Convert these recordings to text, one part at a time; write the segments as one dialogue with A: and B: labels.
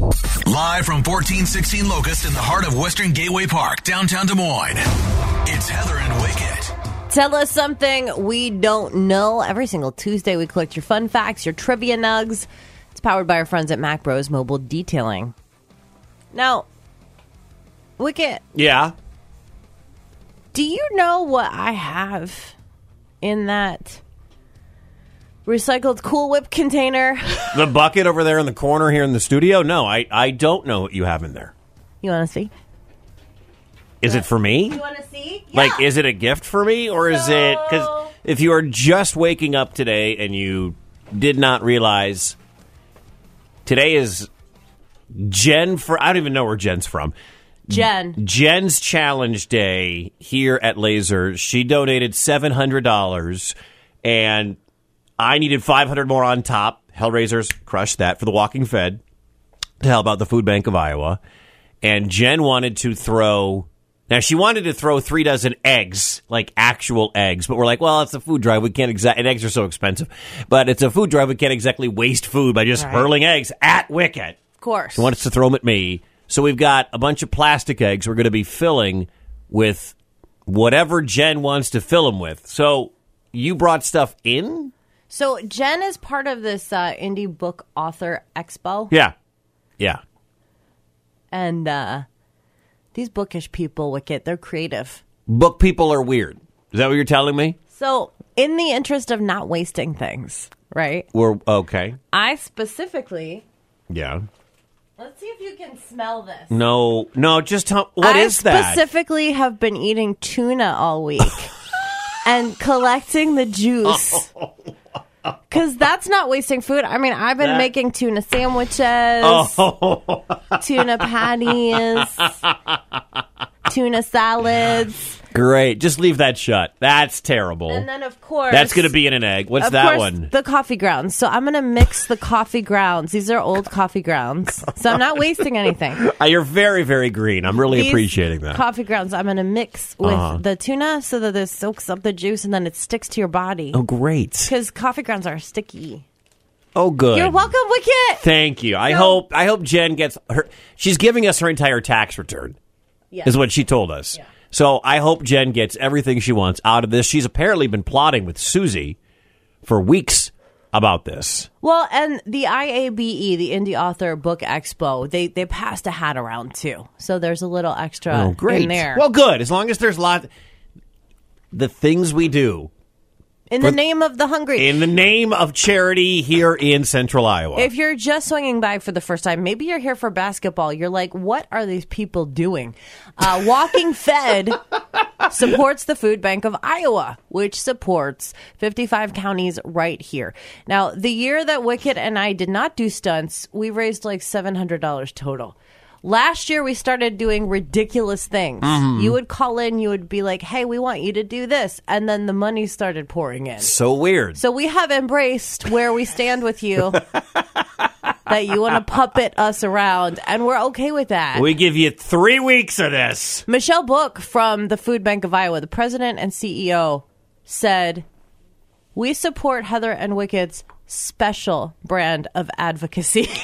A: Live from 1416 Locust in the heart of Western Gateway Park, downtown Des Moines. It's Heather and Wicket.
B: Tell us something we don't know. Every single Tuesday, we collect your fun facts, your trivia nugs. It's powered by our friends at Mac Bros Mobile Detailing. Now, Wicket,
C: Yeah.
B: do you know what I have in that recycled Cool Whip container?
C: The bucket over there in the corner here in the studio? No, I, I don't know what you have in there.
B: You want to see?
C: Is it for me?
B: want to see?
C: Like, is it a gift for me? Or is it. Because if you are just waking up today and you did not realize today is Jen, for, I don't even know where Jen's from.
B: Jen.
C: Jen's challenge day here at Laser. She donated seven hundred dollars, and I needed five hundred more on top. Hellraisers crushed that for the Walking Fed to help out the Food Bank of Iowa. And Jen wanted to throw. Now she wanted to throw three dozen eggs, like actual eggs, but we're like, well, it's a food drive. We can't exact, and eggs are so expensive. But it's a food drive. We can't exactly waste food by just hurling eggs at Wicket
B: Of course.
C: wants to throw them at me. So we've got a bunch of plastic eggs we're going to be filling with whatever Jen wants to fill them with. So you brought stuff in?
B: So Jen is part of this uh, indie book author expo,
C: Yeah. Yeah.
B: and uh, these bookish people, Wicket, they're creative.
C: Book people are weird. Is that what you're telling me?
B: So, in the interest of not wasting things, right?
C: We're okay.
B: I specifically,
C: Yeah.
B: let's see if you can smell this.
C: No, no, just tell what
B: I
C: is that?
B: specifically have been eating tuna all week and collecting the juice.
C: Oh,
B: Because that's not wasting food. I mean, I've been
C: That- Oh.
B: making tuna sandwiches, tuna patties, tuna salads,
C: Great. Just leave that shut. That's terrible.
B: and then, of course,
C: That's going to be in an egg. What's
B: of
C: that
B: course,
C: one?
B: The coffee grounds. So I'm going to mix the coffee grounds. These are old coffee grounds. So I'm not wasting anything.
C: Uh, You're very, very green. I'm really
B: These
C: appreciating that.
B: Coffee grounds I'm going to mix with
C: Uh-huh.
B: the tuna so that it soaks up the juice and then it sticks to your body.
C: oh, great.
B: Because coffee grounds are sticky.
C: Oh, good.
B: You're welcome, Wicket.
C: Thank you. I
B: So-
C: hope I hope Jen gets her. She's giving us her entire tax return, is what she told us. So I hope Jen gets everything she wants out of this. She's apparently been plotting with Susie for weeks about this.
B: Well, and the IABE, E, the Indie Author Book Expo, they they passed a hat around too. So there's a little extra in there.
C: Oh, Well, good. As long as there's lot, the things we do
B: in the name of the hungry.
C: in the name of charity here in Central Iowa.
B: If you're just swinging by for the first time, maybe you're here for basketball. You're like, what are these people doing? Uh, Walking Fed supports the Food Bank of Iowa, which supports 55 counties right here. Now, the year that Wicked and I did not do stunts, we raised like $700 total. Last year, we started doing ridiculous things. You would call in, you would be like, hey, we want you to do this. And then the money started pouring in.
C: so weird.
B: So we have embraced where we stand with you. that you want to puppet us around, and we're okay with that.
C: we give you three weeks of this.
B: Michelle Book from the Food Bank of Iowa, the president and CEO, said, "We support Heather and Wicked's special brand of advocacy."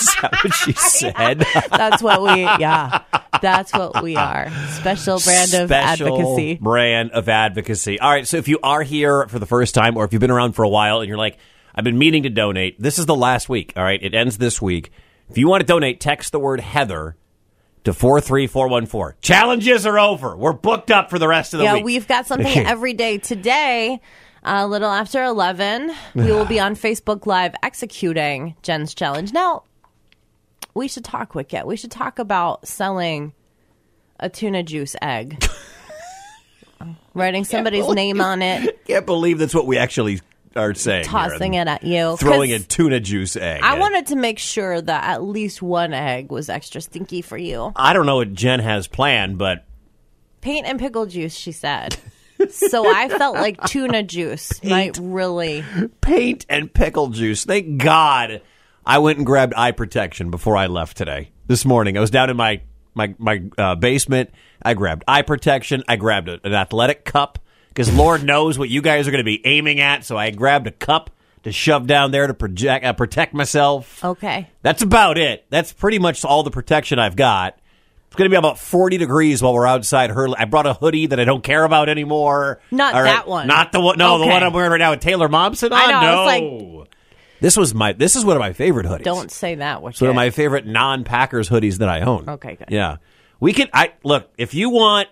C: Is that what she said?
B: that's what we, yeah, that's what we are. Special brand of
C: Special
B: advocacy.
C: Brand of advocacy. All right. So if you are here for the first time, or if you've been around for a while and you're like, I've been meaning to donate, this is the last week. All right. It ends this week. If you want to donate, text the word Heather to 43414. Challenges are over. We're booked up for the rest of the
B: yeah,
C: week.
B: we've got something every day today. A little after 11, we will be on Facebook Live executing Jen's challenge. Now, we should talk, Wicket. We should talk about selling a tuna juice egg, writing somebody's name on it,
C: Can't believe that's what we actually are saying. here.
B: tossing it at you. 'Cause
C: tuna juice egg.
B: I wanted to make sure that at least one egg was extra stinky for you.
C: I don't know what Jen has planned, but
B: Paint and pickle juice, she said. so I felt like tuna juice might really.
C: paint and pickle juice. Thank God I went and grabbed eye protection before I left today. This morning, I was down in my my my uh, basement. I grabbed eye protection. I grabbed a, an athletic cup because Lord knows what you guys are going to be aiming at. So I grabbed a cup to shove down there to project uh, protect myself.
B: Okay.
C: That's about it. That's pretty much all the protection I've got. It's going to be about 40 degrees while we're outside hurling. I brought a hoodie that I don't care about anymore.
B: Not
C: All
B: that one.
C: Not the one. No, the
B: Okay.
C: one I'm wearing right now with Taylor Momsen on.
B: I know, I was
C: no. this was my. This is one of my favorite hoodies.
B: Don't say that. What?
C: It's one of my favorite non-Packers hoodies that I own.
B: Okay, good.
C: Yeah, we can. I look if you want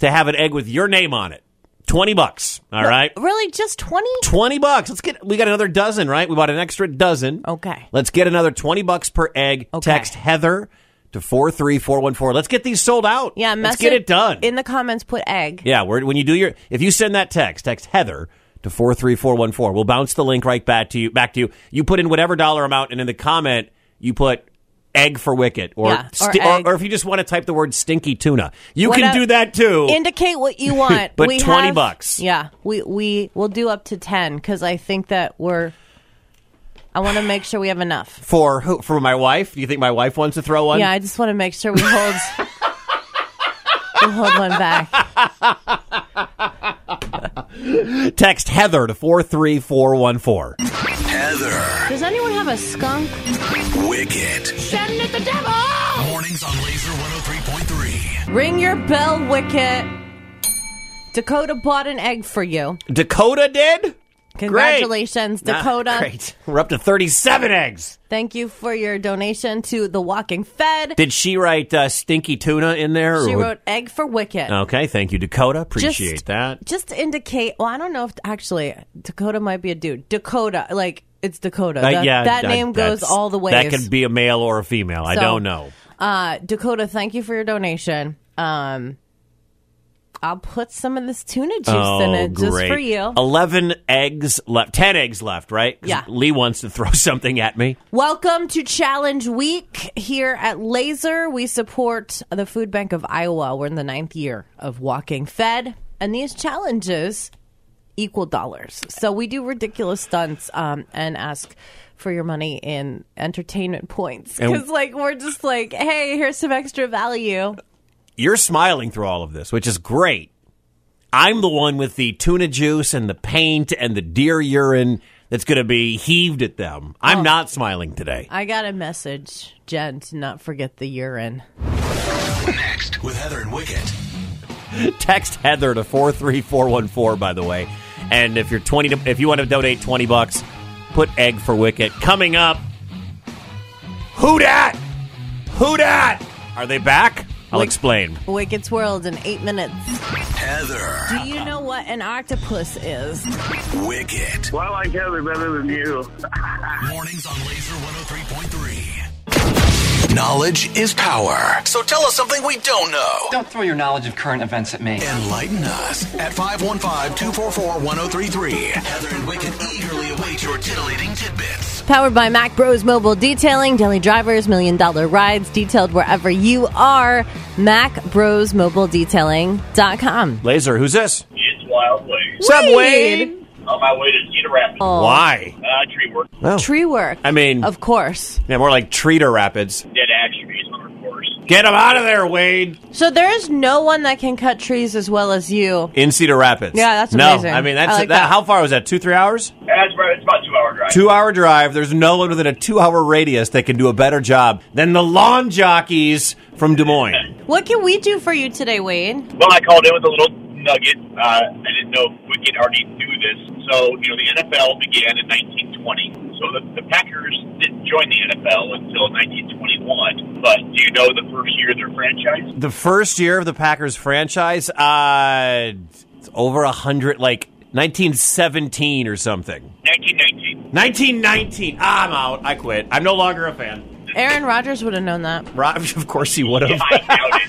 C: to have an egg with your name on it, twenty bucks. All right,
B: Uh, Really, just twenty?
C: twenty bucks. Let's get. We got another dozen, right? We bought an extra dozen.
B: Okay.
C: Let's get another twenty bucks per egg.
B: Okay.
C: Text Heather to four three four one four. Let's get these sold out.
B: Yeah.
C: let's
B: message-
C: get it done.
B: In the comments, put egg.
C: Yeah, we're, when you do your, if you send that text, text Heather to four three four one four. We'll bounce the link right back to you. Back to you. You put in whatever dollar amount, and in the comment you put egg for wicket, or
B: Yeah, or
C: sti-
B: egg.
C: or, if you just want to type the word stinky tuna, you
B: What
C: can
B: up-
C: do that too.
B: Indicate what you want.
C: But
B: we
C: 20
B: have-
C: bucks.
B: Yeah, we we will do up to ten because I think that we're. I want to make sure we have enough.
C: for who? For my wife? Do you think my wife wants to throw one?
B: Yeah, I just want to make sure we hold. we hold one back.
C: Text Heather to four three four one four.
A: Heather,
B: Does anyone have a skunk?
A: Wicket.
B: Send it the devil.
A: Mornings on Laser 103.3.
B: Ring your bell, Wicket. Dakota bought an egg for you.
C: Dakota did.
B: Congratulations,
C: Nah,
B: Dakota.
C: great. We're up to thirty seven eggs.
B: Thank you for your donation to the Walking Fed.
C: Did she write uh, stinky tuna in there?
B: she
C: or-
B: wrote egg for Wicket.
C: Okay, thank you, Dakota. Appreciate
B: Just-
C: that.
B: Just to indicate, well, I don't know if actually Dakota might be a dude. Dakota, like it's Dakota.
C: Uh,
B: that
C: yeah,
B: that
C: uh,
B: name goes
C: that's-
B: all the way.
C: That could be a male or a female. I
B: So,
C: don't know.
B: Uh, Dakota, thank you for your donation. Um, I'll put some of this tuna juice in
C: Oh,
B: it just
C: great.
B: for you.
C: Eleven eggs left. Ten eggs left. Right? 'Cause
B: Yeah.
C: Lee wants to throw something at me.
B: Welcome to Challenge Week here at Laser. We support the Food Bank of Iowa. We're in the ninth year of Walking Fed, and these challenges equal dollars. So we do ridiculous stunts um, and ask for your money in entertainment points
C: And-
B: because, like, we're just like, hey, here's some extra value.
C: You're smiling through all of this, which is great. I'm the one with the tuna juice and the paint and the deer urine that's going to be heaved at them. I'm not smiling today.
B: I got a message, Jen, to not forget the urine.
A: Next with Heather and Wicket.
C: Text Heather to four three four one four. By the way, and if you're twenty, to, if you want to donate twenty bucks, put egg for wicket. Coming up, who dat? Who dat? Are they back? I'll
B: Wick-
C: explain.
B: Wicket's World in eight minutes.
A: Heather,
B: Do you know what an octopus is?
A: Wicket.
D: Well, I like Heather better than you.
A: Mornings on Laser 103.3. Knowledge is power. So tell us something we don't know.
E: Don't throw your knowledge of current events at me.
A: Enlighten us at 515-244-1033. Heather and Wicket eagerly await your titillating tidbits.
B: Powered by Mac Bros Mobile Detailing, daily drivers, million dollar rides, detailed wherever you are. MacBrosMobileDetailing.com.
C: Laser, who's this?
F: It's Wild Wade.
C: What's up,
B: Wade?
C: Wade?
F: On my way to Cedar Rapids.
C: Oh. Why?
F: Uh, tree work.
C: Well,
B: Tree work.
C: I mean,
B: of course.
C: yeah, more like Treater Rapids.
F: Dead ash trees on our course.
C: Get him out of there, Wade.
B: So there is no one that can cut trees as well as you.
C: In Cedar Rapids.
B: Yeah, that's
C: no.
B: amazing.
C: I mean,
B: I
C: that's
B: like
C: that,
B: that.
C: How far was that? Two, three hours?
F: That's right. It's about two hour drive.
C: two hour drive. There's no one within a two hour radius that can do a better job than the lawn jockeys from Des Moines.
B: What can we do for you today, Wade?
F: Well, I called in with a little nugget. Uh, I didn't know if Wicked already knew this. So, you know, the NFL began in 1920. So the, the Packers didn't join the NFL until 1921. But do you know the first year of their franchise?
C: The first year of the Packers franchise, uh, it's over a hundred, like 1917 or something.
F: 1919.
C: 1919. I'm out. I quit. I'm no longer a fan.
B: Aaron Rodgers would have known that.
C: Rob, of course he would have.
F: I doubt it.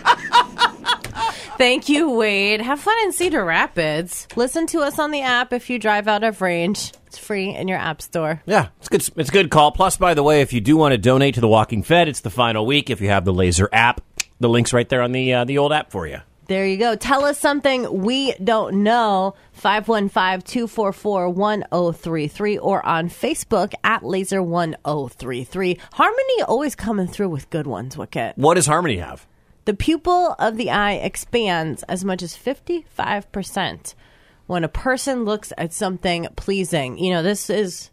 B: Thank you, Wade. Have fun in Cedar Rapids. Listen to us on the app if you drive out of range. It's free in your app store.
C: Yeah, it's good. It's a good call. Plus, by the way, if you do want to donate to the Walking Fed, it's the final week. If you have the Laser app, the link's right there on the uh, the old app for you.
B: There you go. Tell us something we don't know. 515-244-1033 or on Facebook at laser1033. Harmony always coming through with good ones, Wicket.
C: What does Harmony have?
B: The pupil of the eye expands as much as 55% when a person looks at something pleasing. You know, this is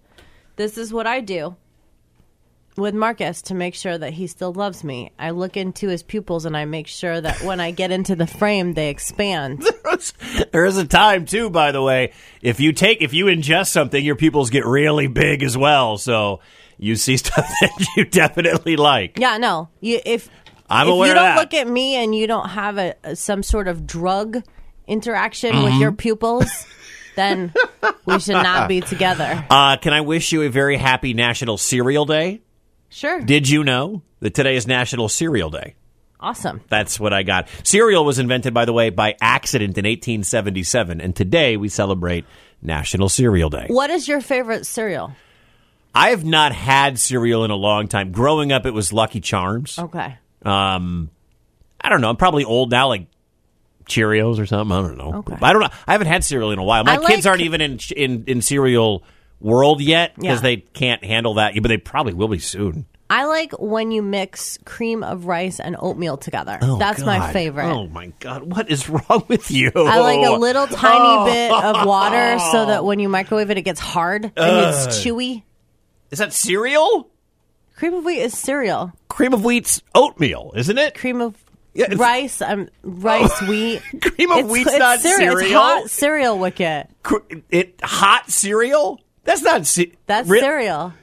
B: This is what I do with Marcus to make sure that he still loves me. I look into his pupils and I make sure that when I get into the frame, they expand.
C: there is a time too, by the way. If you take, if you ingest something, your pupils get really big as well. So you see stuff that you definitely like.
B: Yeah, no. You, if
C: I'm
B: if
C: aware
B: you
C: of
B: don't
C: that.
B: look at me and you don't have a, a- some sort of drug interaction with
C: Mm-hmm.
B: your pupils, then we should not be together.
C: Uh, can I wish you a very happy National Cereal Day?
B: Sure.
C: Did you know that today is National Cereal Day?
B: awesome.
C: That's what I got. Cereal was invented, by the way, by accident in 1877, and today we celebrate National Cereal Day.
B: What is your favorite cereal?
C: I have not had cereal in a long time. Growing up, it was Lucky Charms.
B: Okay.
C: Um, I don't know. I'm probably old now, like Cheerios or something. I don't know.
B: Okay.
C: I don't know. I haven't had cereal in a while. My
B: I
C: kids
B: like-
C: aren't even in in, in cereal world yet because
B: Yeah.
C: they can't handle that. But they probably will be soon.
B: I like when you mix cream of rice and oatmeal together.
C: Oh,
B: That's my
C: God.
B: favorite.
C: Oh my god, what is wrong with you?
B: I like a little tiny bit of water so that when you microwave it, it gets hard and it's chewy.
C: Is that cereal?
B: Cream of wheat is cereal.
C: Cream of wheat's oatmeal, isn't it?
B: Cream of
C: Yeah, it's-
B: rice, um, rice wheat.
C: Cream of wheat's not cereal.
B: It's hot cereal wicket.
C: Cr- it hot cereal? That's not ce-
B: That's
C: Re-
B: cereal.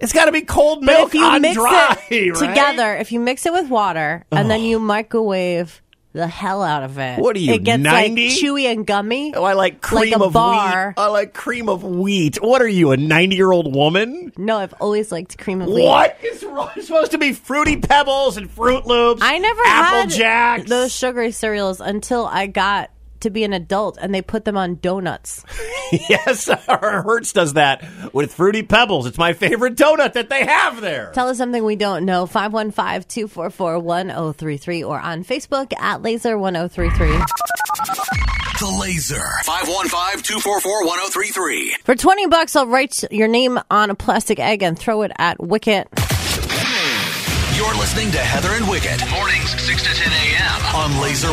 C: It's got to be cold
B: But
C: milk
B: if you
C: on
B: mix
C: dry,
B: it
C: right?
B: together, if you mix it with water and then you microwave the hell out of it,
C: What are you,
B: It gets
C: 90?
B: like chewy and gummy.
C: Oh, I like cream
B: a
C: of
B: bar.
C: wheat. I like cream of wheat. What are you, a 90 year old woman?
B: No, I've always liked cream of wheat.
C: What is wrong? It's supposed to be fruity pebbles and fruit loops.
B: I never
C: Apple
B: had
C: Jacks.
B: those sugary cereals until I got to be an adult and they put them on donuts.
C: yes, Hertz does that with fruity pebbles. It's my favorite donut that they have there.
B: Tell us something we don't know. 515-244-1033 or on Facebook at laser1033.
A: The Laser. 515-244-1033.
B: For 20 bucks, I'll write your name on a plastic egg and throw it at Wicket.
A: You're listening to Heather and Wicket. Mornings 6 to 10 a.m. on Laser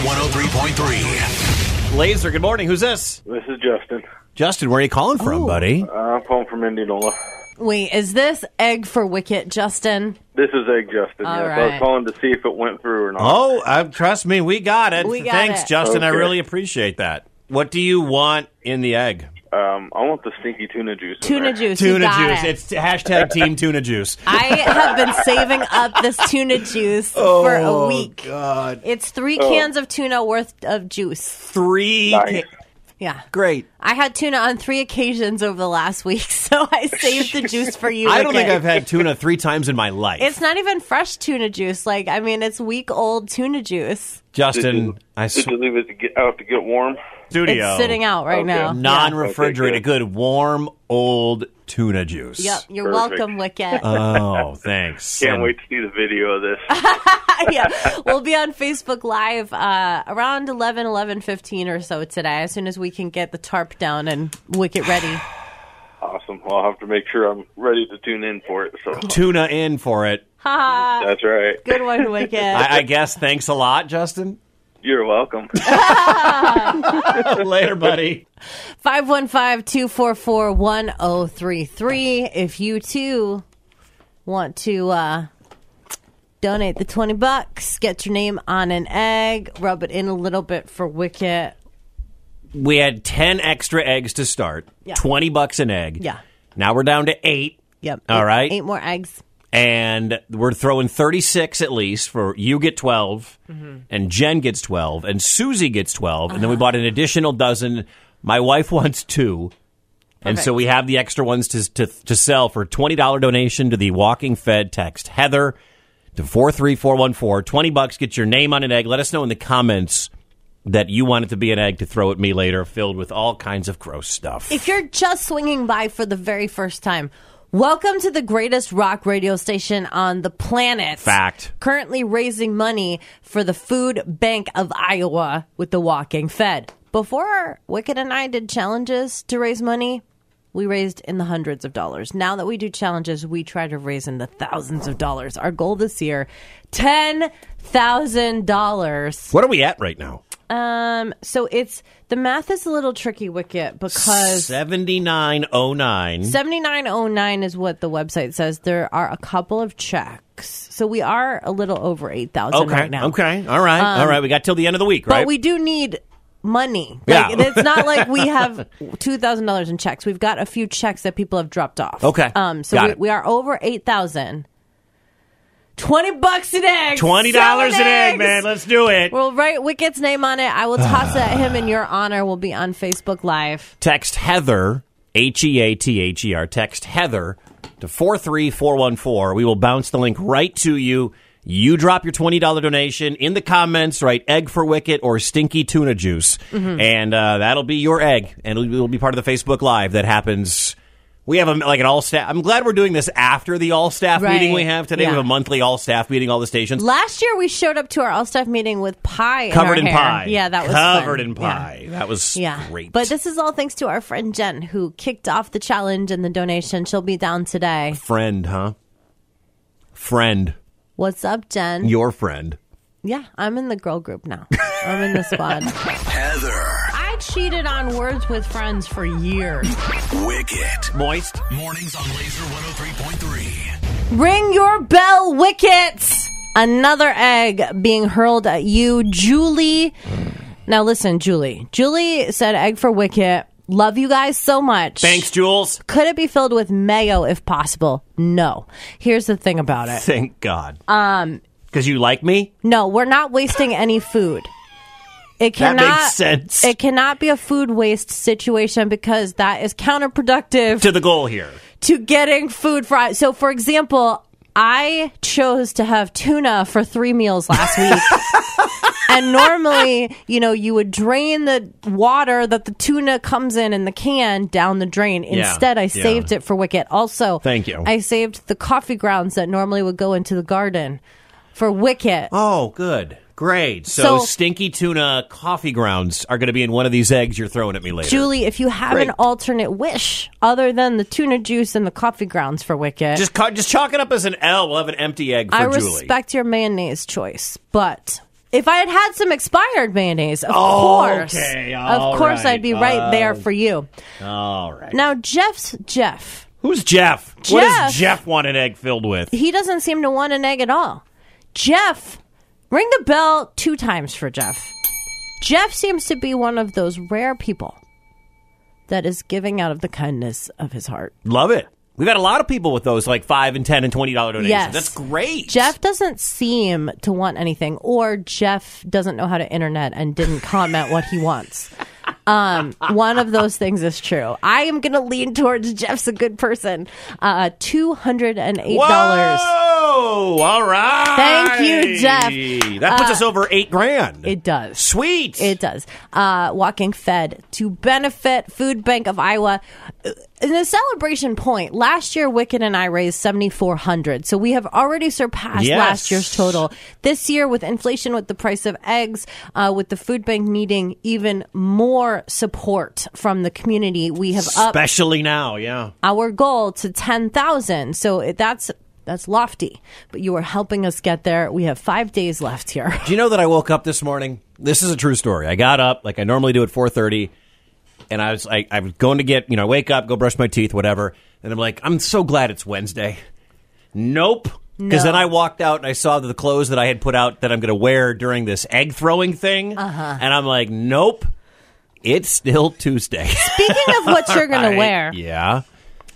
A: 103.3.
C: Laser, good morning. Who's this?
G: This is Justin.
C: Justin, where are you calling from, buddy?
G: Uh, I'm calling from Indianola.
B: Wait, is this egg for Wicket, Justin?
G: This is Egg Justin.
B: All
G: yes. I
B: right.
G: was calling to see if it went through or not.
C: Oh, uh, trust me, we got it.
B: We got
C: Thanks,
B: it.
C: Justin. I
G: Okay.
C: really appreciate that. What do you want in the egg?
G: Um, I want the stinky tuna juice. in
B: Tuna
G: there.
B: juice. you
C: Tuna
B: got
C: juice.
B: it.
C: It's hashtag Team Tuna Juice.
B: I have been saving up this tuna juice for a week.
C: Oh, God. Oh.
B: It's three cans of tuna worth of juice.
C: Three.
G: Nice.
C: ca-
B: Yeah.
C: Great.
B: I had tuna on three occasions over the last week, so I saved the juice for you.
C: I don't think
B: Wicket.
C: I've had tuna three times in my life.
B: It's not even fresh tuna juice. Like, I mean, it's week old tuna juice.
G: Did you,
C: Justin, I
G: did you
C: swear,
G: leave it to get out to get warm?
C: studio.
B: It's sitting out right
G: Okay.
B: now.
C: Non
G: Okay,
C: refrigerated, good. warm, old tuna juice.
B: Yep, you're
G: Perfect.
B: welcome, Wicket.
C: Oh, thanks.
G: Can't
C: And
G: wait to see the video of this.
B: yeah, we'll be on Facebook Live uh, around 11, 11, or so today, as soon as we can get the tarp down and Wicket ready.
G: awesome. Well, I'll have to make sure I'm ready to tune in for it. So
C: Tuna in for it.
B: Ha!
G: that's right.
B: Good one, Wicket.
C: I, I guess thanks a lot, Justin.
G: You're welcome.
C: Later, buddy.
B: 515-244-1033 if you too want to uh donate the 20 bucks get your name on an egg rub it in a little bit for wicket
C: We had 10 extra eggs to start,
B: Yeah.
C: 20 bucks an egg.
B: Yeah.
C: Now we're down to eight.
B: yep
C: All
B: Eight-
C: right.
B: eight more eggs
C: and we're throwing 36 at least for you get 12
B: Mm-hmm.
C: and jen gets 12 and susie gets 12 and then we bought an additional dozen my wife wants two and so
B: Perfect.
C: we have the extra ones to, to, to sell for $20 donation to the walking fed text heather to 43414 20 bucks get your name on an egg let us know in the comments that you want it to be an egg to throw at me later filled with all kinds of gross stuff
B: if you're just swinging by for the very first time welcome to the greatest rock radio station on the planet
C: fact
B: currently raising money for the Food Bank of Iowa with the Walking Fed. Before Wicked and I did challenges to raise money, we raised in the hundreds of dollars. Now that we do challenges, we try to raise in the thousands of dollars. Our goal this year, ten thousand dollars.
C: what are we at right now
B: Um, so it's the math is a little tricky, Wicket, because
C: 7909.
B: 7909 is what the website says. There are a couple of checks. So we are a little over 8,000
C: Okay.
B: right now. Um,
C: Okay. All right. all right. We got till the end of the week, right?
B: But we do need money.
C: Yeah.
B: Like, It's not like we have $2,000 in checks. We've got a few checks that people have dropped off.
C: Okay.
B: Um, so
C: Got
B: we,
C: it.
B: we are over 8,000. 20 bucks an egg.
C: Twenty dollars an
B: Selling
C: egg,
B: eggs!
C: man. Let's do it.
B: We'll write Wicket's name on it. I will toss it at him in your honor. We'll be on Facebook Live.
C: Text Heather H E A T H E R. Text Heather to four three four one four. We will bounce the link right to you. You drop your twenty dollar donation in the comments. Write egg for wicket or stinky tuna juice,
B: Mm-hmm.
C: and uh, that'll be your egg, and it'll, it'll be part of the Facebook Live that happens. We have a, like an all staff. I'm glad we're doing this after the all staff
B: Right.
C: meeting we have today. We
B: Yeah.
C: have a monthly all staff meeting, all the stations.
B: Last year we showed up to our all staff meeting with pie
C: covered in
B: in, our hair.
C: pie.
B: Yeah, that was
C: covered
B: fun. Yeah.
C: in pie. That was
B: Yeah.
C: great.
B: But this is all thanks to our friend Jen who kicked off the challenge and the donation. She'll be down today.
C: friend, huh? Friend,
B: What's up, Jen?
C: your friend.
B: yeah, I'm in the girl group now. I'm in the squad.
A: Heather,
B: I cheated on words with friends for years.
A: Wicket.
C: Moist.
A: Mornings on Laser 103.3.
B: Ring your bell, wickets! Another egg being hurled at you, Julie. Now listen, Julie. Julie said, "Egg for wicket." Love you guys so much.
C: Thanks, Jules.
B: Could it be filled with mayo if possible? No. Here's the thing about it.
C: Thank God. Um, because you like me.
B: No, we're not wasting any food. It
C: That
B: cannot
C: makes sense
B: It cannot be a food waste situation because that is counterproductive
C: to the goal here.
B: to getting food fried. So, for example, I chose to have tuna for three meals last week. and normally, you know, you would drain the water that the tuna comes in in the can down the drain.
C: Yeah,
B: Instead, I
C: yeah.
B: saved it for Wicket. Also,
C: Thank you.
B: I saved the coffee grounds that normally would go into the garden for Wicket.
C: Oh, good. Great. So,
B: So-
C: stinky tuna coffee grounds are going to be in one of these eggs you're throwing at me later.
B: Julie, if you have
C: Great.
B: an alternate wish other than the tuna juice and the coffee grounds for Wicket,
C: Just ca- just chalk it up as an L. We'll have an empty egg for
B: I
C: Julie.
B: respect your mayonnaise choice, but if I had had some expired mayonnaise, of
C: Oh,
B: course,
C: okay, all
B: of course,
C: right, Uh,
B: I'd be right there for you.
C: All right.
B: Now, Jeff's Jeff.
C: Who's Jeff? What
B: Jeff.
C: does Jeff want an egg filled with?
B: He doesn't seem to want an egg at all. Jeff, ring the bell two times for Jeff. Jeff seems to be one of those rare people that is giving out of the kindness of his heart.
C: Love it. We've had a lot of people with those like five and ten and twenty dollar donations.
B: Yes.
C: That's great.
B: Jeff doesn't seem to want anything, or Jeff doesn't know how to internet and didn't comment what he wants. Um, one of those things is true. I am going to lean towards Jeff's a good person. Uh, two hundred and eight dollars.
C: Whoa! All right.
B: Thank you, Jeff. Uh,
C: That puts us over eight grand.
B: It does.
C: Sweet.
B: It does. Uh, walking fed to benefit Food Bank of Iowa. Uh, In the celebration point, last year Wicked and I raised seventy four hundred, so we have already surpassed
C: Yes.
B: last year's total. This year, with inflation, with the price of eggs, uh, with the food bank needing even more support from the community, we have upped
C: Especially now, yeah.
B: our goal to 10,000. So it- that's that's lofty, but you are helping us get there. We have 5 days left here.
C: Do you know that I woke up this morning? This is a true story. I got up like I normally do at four thirty, and I was like, I was going to get you know, I wake up, go brush my teeth, whatever, and I'm like, I'm so glad it's Wednesday. Nope. Because
B: No.
C: then I walked out and I saw the clothes that I had put out that I'm going to wear during this egg throwing thing, uh-huh. and I'm like, nope, it's still Tuesday.
B: Speaking of what you're going
C: I-
B: to wear.
C: Yeah.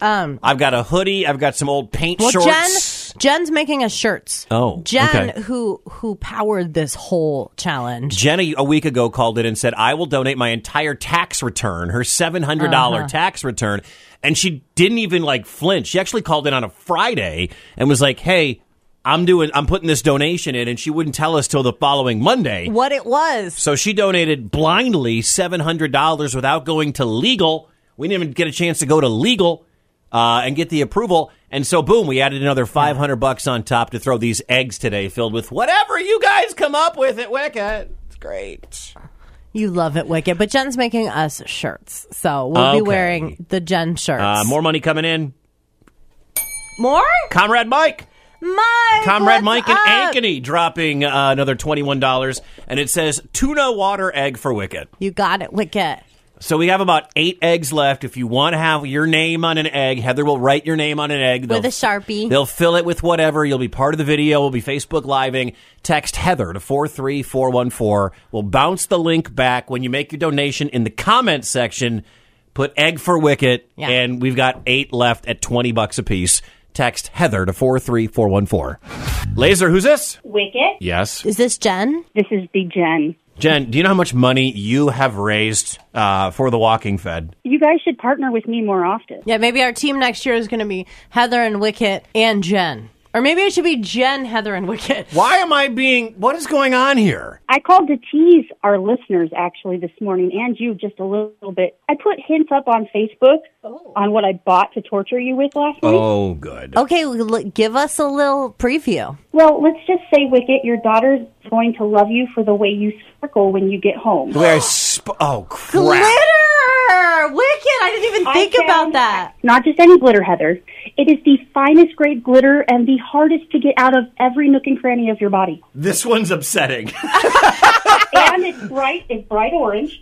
C: Um, I've got a hoodie. I've got some old paint
B: Well,
C: shorts.
B: Jen Jen's making us shirts.
C: Oh,
B: Jen
C: okay.
B: who who powered this whole challenge.
C: Jenny a week ago called in and said, "I will donate my entire tax return, her seven hundred dollar tax return," and she didn't even like flinch. She actually called in on a Friday and was like, "Hey, I'm doing, I'm putting this donation in," and she wouldn't tell us till the following Monday.
B: What it was.
C: So she donated blindly seven hundred dollars without going to legal. We didn't even get a chance to go to legal uh, and get the approval. And so, boom, we added another five hundred bucks on top to throw these eggs today, filled with whatever you guys come up with at Wicket. It's great.
B: You love it, Wicked. But Jen's making us shirts. So we'll
C: Okay.
B: be wearing the Jen shirts.
C: Uh, more money coming in,
B: More?
C: Comrade Mike.
B: Mike,
C: Comrade
B: what's
C: Mike and
B: up?
C: Ankeny dropping uh, another $21. And it says tuna water egg for Wicket.
B: You got it, Wicket.
C: So we have about eight eggs left. If you want to have your name on an egg, Heather will write your name on an egg
B: With
C: They'll-
B: a Sharpie.
C: They'll fill it with whatever. You'll be part of the video. We'll be Facebook living. Text Heather to four three four one four. We'll bounce the link back when you make your donation in the comment section. Put egg for wicket,
B: Yeah.
C: and we've got eight left at twenty bucks apiece. Text Heather to four three four one four. Laser, who's this?
H: Wicket.
C: Yes,
B: Is this Jen?
H: This is Big Jen.
C: Jen. Do you know how much money you have raised uh, for the Walking Fed?
H: You guys should partner with me more often.
B: Yeah, maybe our team next year is going to be Heather and Wicket and Jen. Or maybe it should be Jen, Heather, and Wicket.
C: Why am I being? What is going on here?
H: I called to tease our listeners actually this morning and you just a little bit. I put hints up on Facebook on what I bought to torture you with last week.
C: Oh, good.
B: Okay, l- give us a little preview.
H: Well, let's just say, Wicket, your daughter's going to love you for the way you sparkle when you get home.
C: Where? Sp- oh crap!
B: Glitter! Wicket! I didn't even
H: I
B: think about
H: found-
B: that.
H: Not just any glitter, Heather. It is the finest grade glitter and the hardest to get out of every nook and cranny of your body.
C: This one's upsetting.
H: and it's bright, it's bright orange.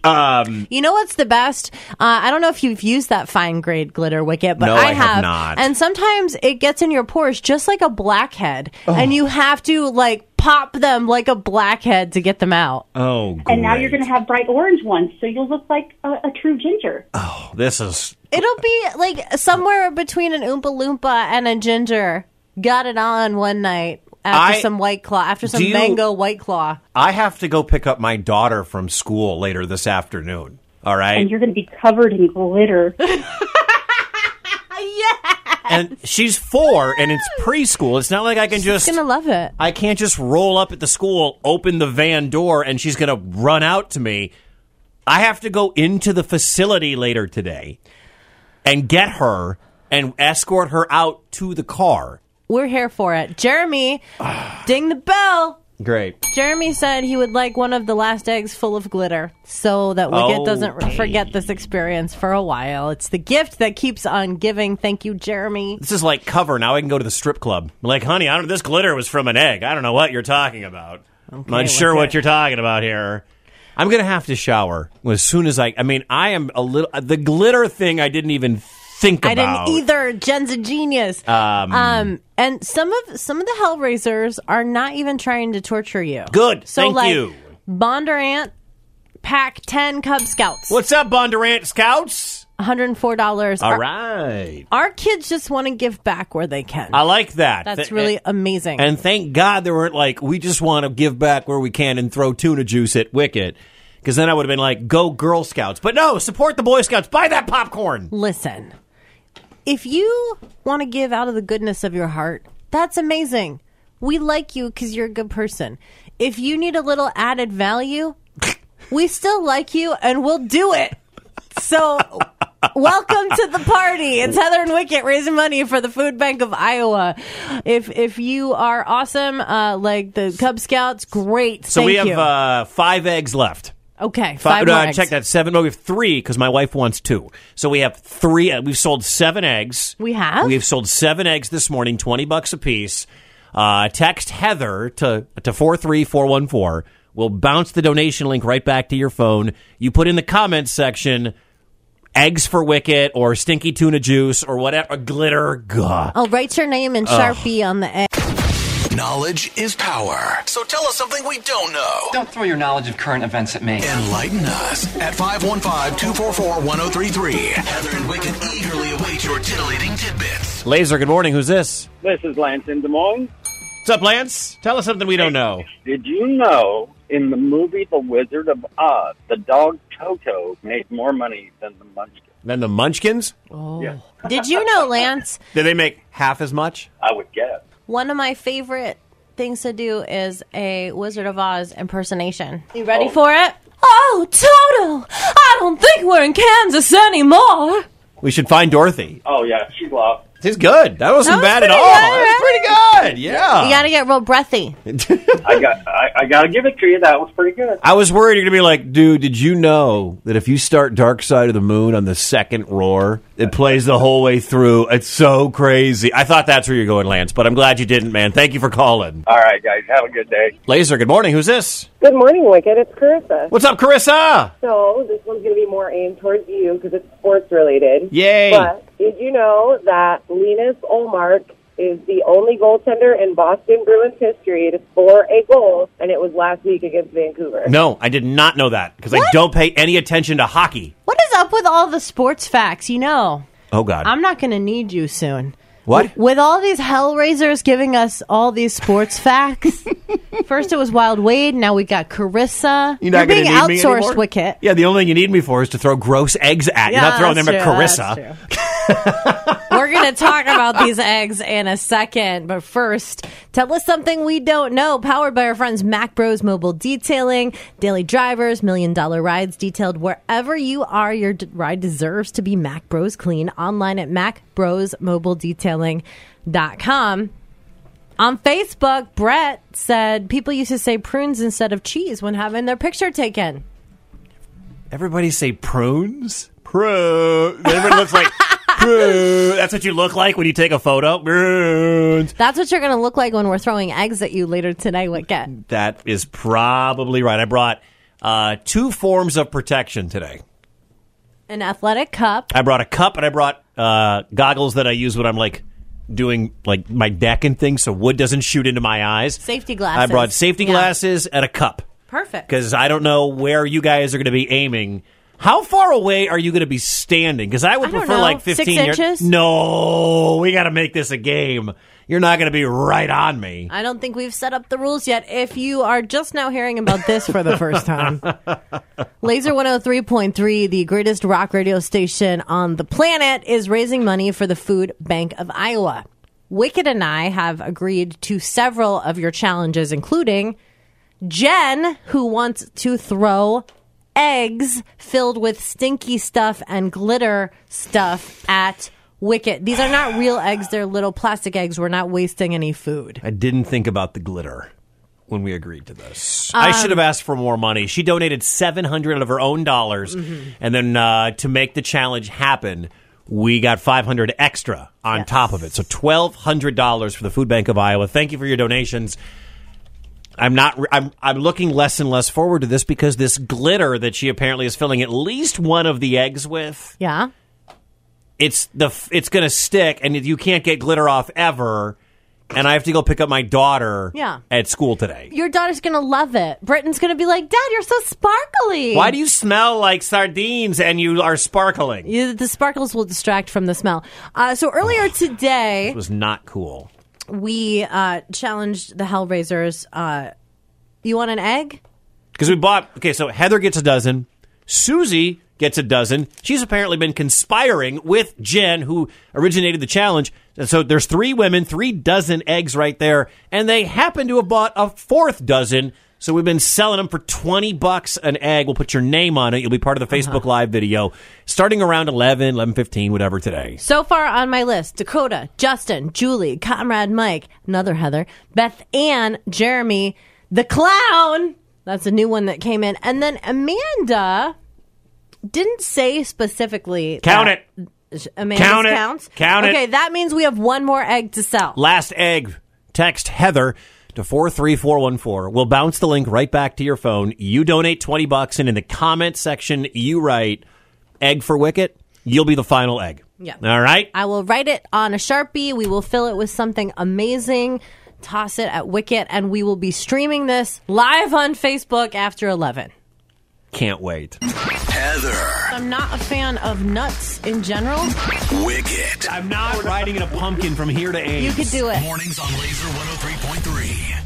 B: You know what's the best? Uh, I don't know if you've used that fine grade glitter wicket, but
C: No, I
B: I,
C: have not.
B: And sometimes it gets in your pores just like a blackhead,
C: Oh.
B: and you have to like pop them like a blackhead to get them out.
C: Oh, great.
H: and now you're going to have bright orange ones, so you'll look like a, a true ginger.
C: This is
B: It'll be like somewhere between an Oompa Loompa and a ginger. Got it on one night after
C: I-
B: some white claw, after some
C: Do you-
B: mango white claw.
C: I have to go pick up my daughter from school later this afternoon. All
H: And
C: right.
H: you're going to be covered in glitter.
C: And she's 4 and it's preschool. It's not like I can just
B: She's gonna love it.
C: I can't just roll up at the school, open the van door and she's going to run out to me. I have to go into the facility later today and get her and escort her out to the car.
B: We're here for it. Jeremy, ding the bell.
C: Great.
B: Jeremy said he would like one of the last eggs full of glitter so that Wicket
C: Oh,
B: doesn't
C: Okay.
B: forget this experience for a while. It's the gift that keeps on giving. Thank you, Jeremy.
C: This is like cover. Now I can go to the strip club. I'm like, honey, I don't. This glitter was from an egg. I don't know what you're talking about. I'm
B: what's
C: unsure what
B: it?
C: you're talking about here. I'm gonna have to shower as soon as I. I mean, I am a little. uh, The glitter thing, I didn't even think
B: I
C: about.
B: didn't either. Jen's a genius. Um, and some of some of the Hellraisers are not even trying to torture you.
C: Good.
B: So
C: Thank
B: like
C: you.
B: Bondurant pack ten Cub Scouts.
C: What's up, Bondurant Scouts?
B: One hundred and four dollars.
C: All
B: Our,
C: right,
B: our kids just want to give back where they can.
C: I like that.
B: That's
C: Th-
B: really amazing.
C: And thank God they weren't like, we just want to give back where we can and throw tuna juice at Wicket. Because then I would have been like, go Girl Scouts. But no, support the Boy Scouts. Buy that popcorn.
B: Listen, if you want to give out of the goodness of your heart, that's amazing. We like you because you're a good person. If you need a little added value, we still like you and we'll do it. So, welcome to the party. It's Heather and Wicket raising money for the Food Bank of Iowa. If if you are awesome, uh, like the Cub Scouts, great.
C: So
B: Thank
C: we have
B: you.
C: uh, five eggs left.
B: okay,
C: Five,
B: five.
C: no,
B: more
C: I
B: eggs.
C: checked that seven. No, we have three because my wife wants two. So we have three. Uh, we've sold seven eggs.
B: We have?
C: We've sold seven eggs this morning, twenty bucks apiece. Uh, text Heather to to four three four one four. We'll bounce the donation link right back to your phone. You put in the comments section. Eggs for Wicket or stinky tuna juice or whatever glitter. Gah.
B: I'll write your name in Sharpie on the egg.
A: Knowledge is power. So tell us something we don't know.
E: Don't throw your knowledge of current events at me.
A: Enlighten us at 515-244-1033. Heather and Wicket eagerly await your titillating tidbits.
C: Laser. Good morning. Who's this?
I: This is Lance in Des Moines.
C: What's up, Lance? Tell us something we don't know.
I: Did you know in the movie The Wizard of Oz, the dog Toto made more money than the Munchkin?
C: Then the Munchkins.
B: Did you know, Lance?
C: Did they make half as much?
I: I would guess.
B: One of my favorite things to do is a Wizard of Oz impersonation. You ready for it? Oh, Toto! I don't think we're in Kansas anymore.
C: We should find Dorothy.
I: Oh yeah, she lost.
C: He's good. That wasn't
B: That was
C: bad at
B: pretty
C: all.
B: good,
C: That was pretty good. Yeah.
B: You gotta get real breathy.
I: I got. I, I got to give it to you. That was pretty good.
C: I was worried you're gonna be like, dude, did you know that if you start Dark Side of the Moon on the second roar, It plays the whole way through. It's so crazy. I thought that's where you're going, Lance, but I'm glad you didn't, man. Thank you for calling.
I: All right, guys. Have a good day.
C: Laser, good morning. Who's this?
J: Good morning, Wicked. It's Carissa.
C: What's up, Carissa?
J: So this one's going to be more aimed towards you because it's sports related.
C: Yay.
J: But did you know that Linus Olmark is the only goaltender in Boston Bruins history to score a goal, and it was last week against Vancouver?
C: No, I did not know that because I
B: What?
C: don't pay any attention to hockey.
B: What is up with all the sports facts? You know,
C: Oh, God.
B: I'm not going to need you soon.
C: what?
B: With all these hellraisers giving us all these sports facts. First it was Wild Wade, now we got Carissa.
C: You're not
B: being
C: gonna need me
B: outsourced,
C: anymore?
B: Wicket.
C: Yeah, the only thing you need me for is to throw gross eggs at. You're not throwing them at Carissa.
B: We're going to talk about these eggs in a second, but first, tell us something we don't know. Powered by our friends Mac Bros Mobile Detailing, Daily Drivers, Million Dollar Rides detailed wherever you are. Your d- ride deserves to be Mac Bros clean. Online at macbrosmobiledetailing.com. On Facebook, Brett said people used to say prunes instead of cheese when having their picture taken.
C: Everybody say prunes. Prune. Everybody looks like prune. That's what you look like when you take a photo. Prunes.
B: That's what you're going to look like when we're throwing eggs at you later today, Wicket.
C: That is probably right. I brought uh, two forms of protection today.
B: An athletic cup.
C: I brought a cup and I brought uh, goggles that I use when I'm like doing like my deck and things, so wood doesn't shoot into my eyes.
B: Safety
C: I
B: glasses.
C: brought safety
B: Yeah.
C: glasses and a cup
B: Perfect.
C: because I don't know where you guys are going to be aiming. How far away are you going to be standing? Because I would
B: I don't
C: prefer
B: know.
C: like
B: Six
C: 15 yard-
B: inches?
C: No, we got to make this a game. You're not going to be right on me.
B: I don't think we've set up the rules yet. If you are just now hearing about this for the first time, Laser 103.3, the greatest rock radio station on the planet, is raising money for the Food Bank of Iowa. Wicked and I have agreed to several of your challenges, including Jen, who wants to throw eggs filled with stinky stuff and glitter stuff at Wicket. These are not real eggs, they're little plastic eggs. We're not wasting any food.
C: I didn't think about the glitter when we agreed to this. I should have asked for more money. She donated 700 of her own dollars and then uh, to make the challenge happen, we got 500 extra on top of it. So $1200 for the Food Bank of Iowa. Thank you for your donations. I'm not I'm I'm looking less and less forward to this because this glitter that she apparently is filling at least one of the eggs with
B: Yeah?
C: it's the f- it's gonna stick, and you can't get glitter off ever. And I have to go pick up my daughter
B: Yeah.
C: at school today.
B: Your daughter's going to love it. Britton's going to be like, Dad, you're so sparkly.
C: Why do you smell like sardines and you are sparkling? It
B: Yeah, the sparkles will distract from the smell. Uh, so earlier today,
C: was not cool.
B: we uh, challenged the Hellraisers. Uh, you want an egg?
C: Because we bought, okay, so Heather gets a dozen. Susie gets a dozen. She's apparently been conspiring with Jen, who originated the challenge. And so there's three women, three dozen eggs right there. And they happen to have bought a fourth dozen. So we've been selling them for 20 bucks an egg. We'll put your name on it. You'll be part of the Facebook Live video starting around 11, 11.15, whatever today.
B: So far on my list Dakota, Justin, Julie, Comrade Mike, another Heather, Beth Ann, Jeremy, the clown. That's a new one that came in. And then Amanda didn't say specifically.
C: Count
B: that-
C: it.
B: Amanda's
C: Count it.
B: counts.
C: Count it.
B: Okay, that means we have one more egg to sell.
C: Last egg. Text Heather to 43414. We'll bounce the link right back to your phone. You donate 20 bucks and in the comment section you write egg for wicket, you'll be the final egg.
B: Yeah.
C: All right?
B: I will write it on a Sharpie. We will fill it with something amazing, toss it at Wicket, and we will be streaming this live on Facebook after 11.
C: Can't wait.
A: Heather,
B: I'm not a fan of nuts in general.
A: Wicket.
C: I'm not riding in a pumpkin from here to Ames.
B: You could do it.
A: oh Mornings on Laser 103.3.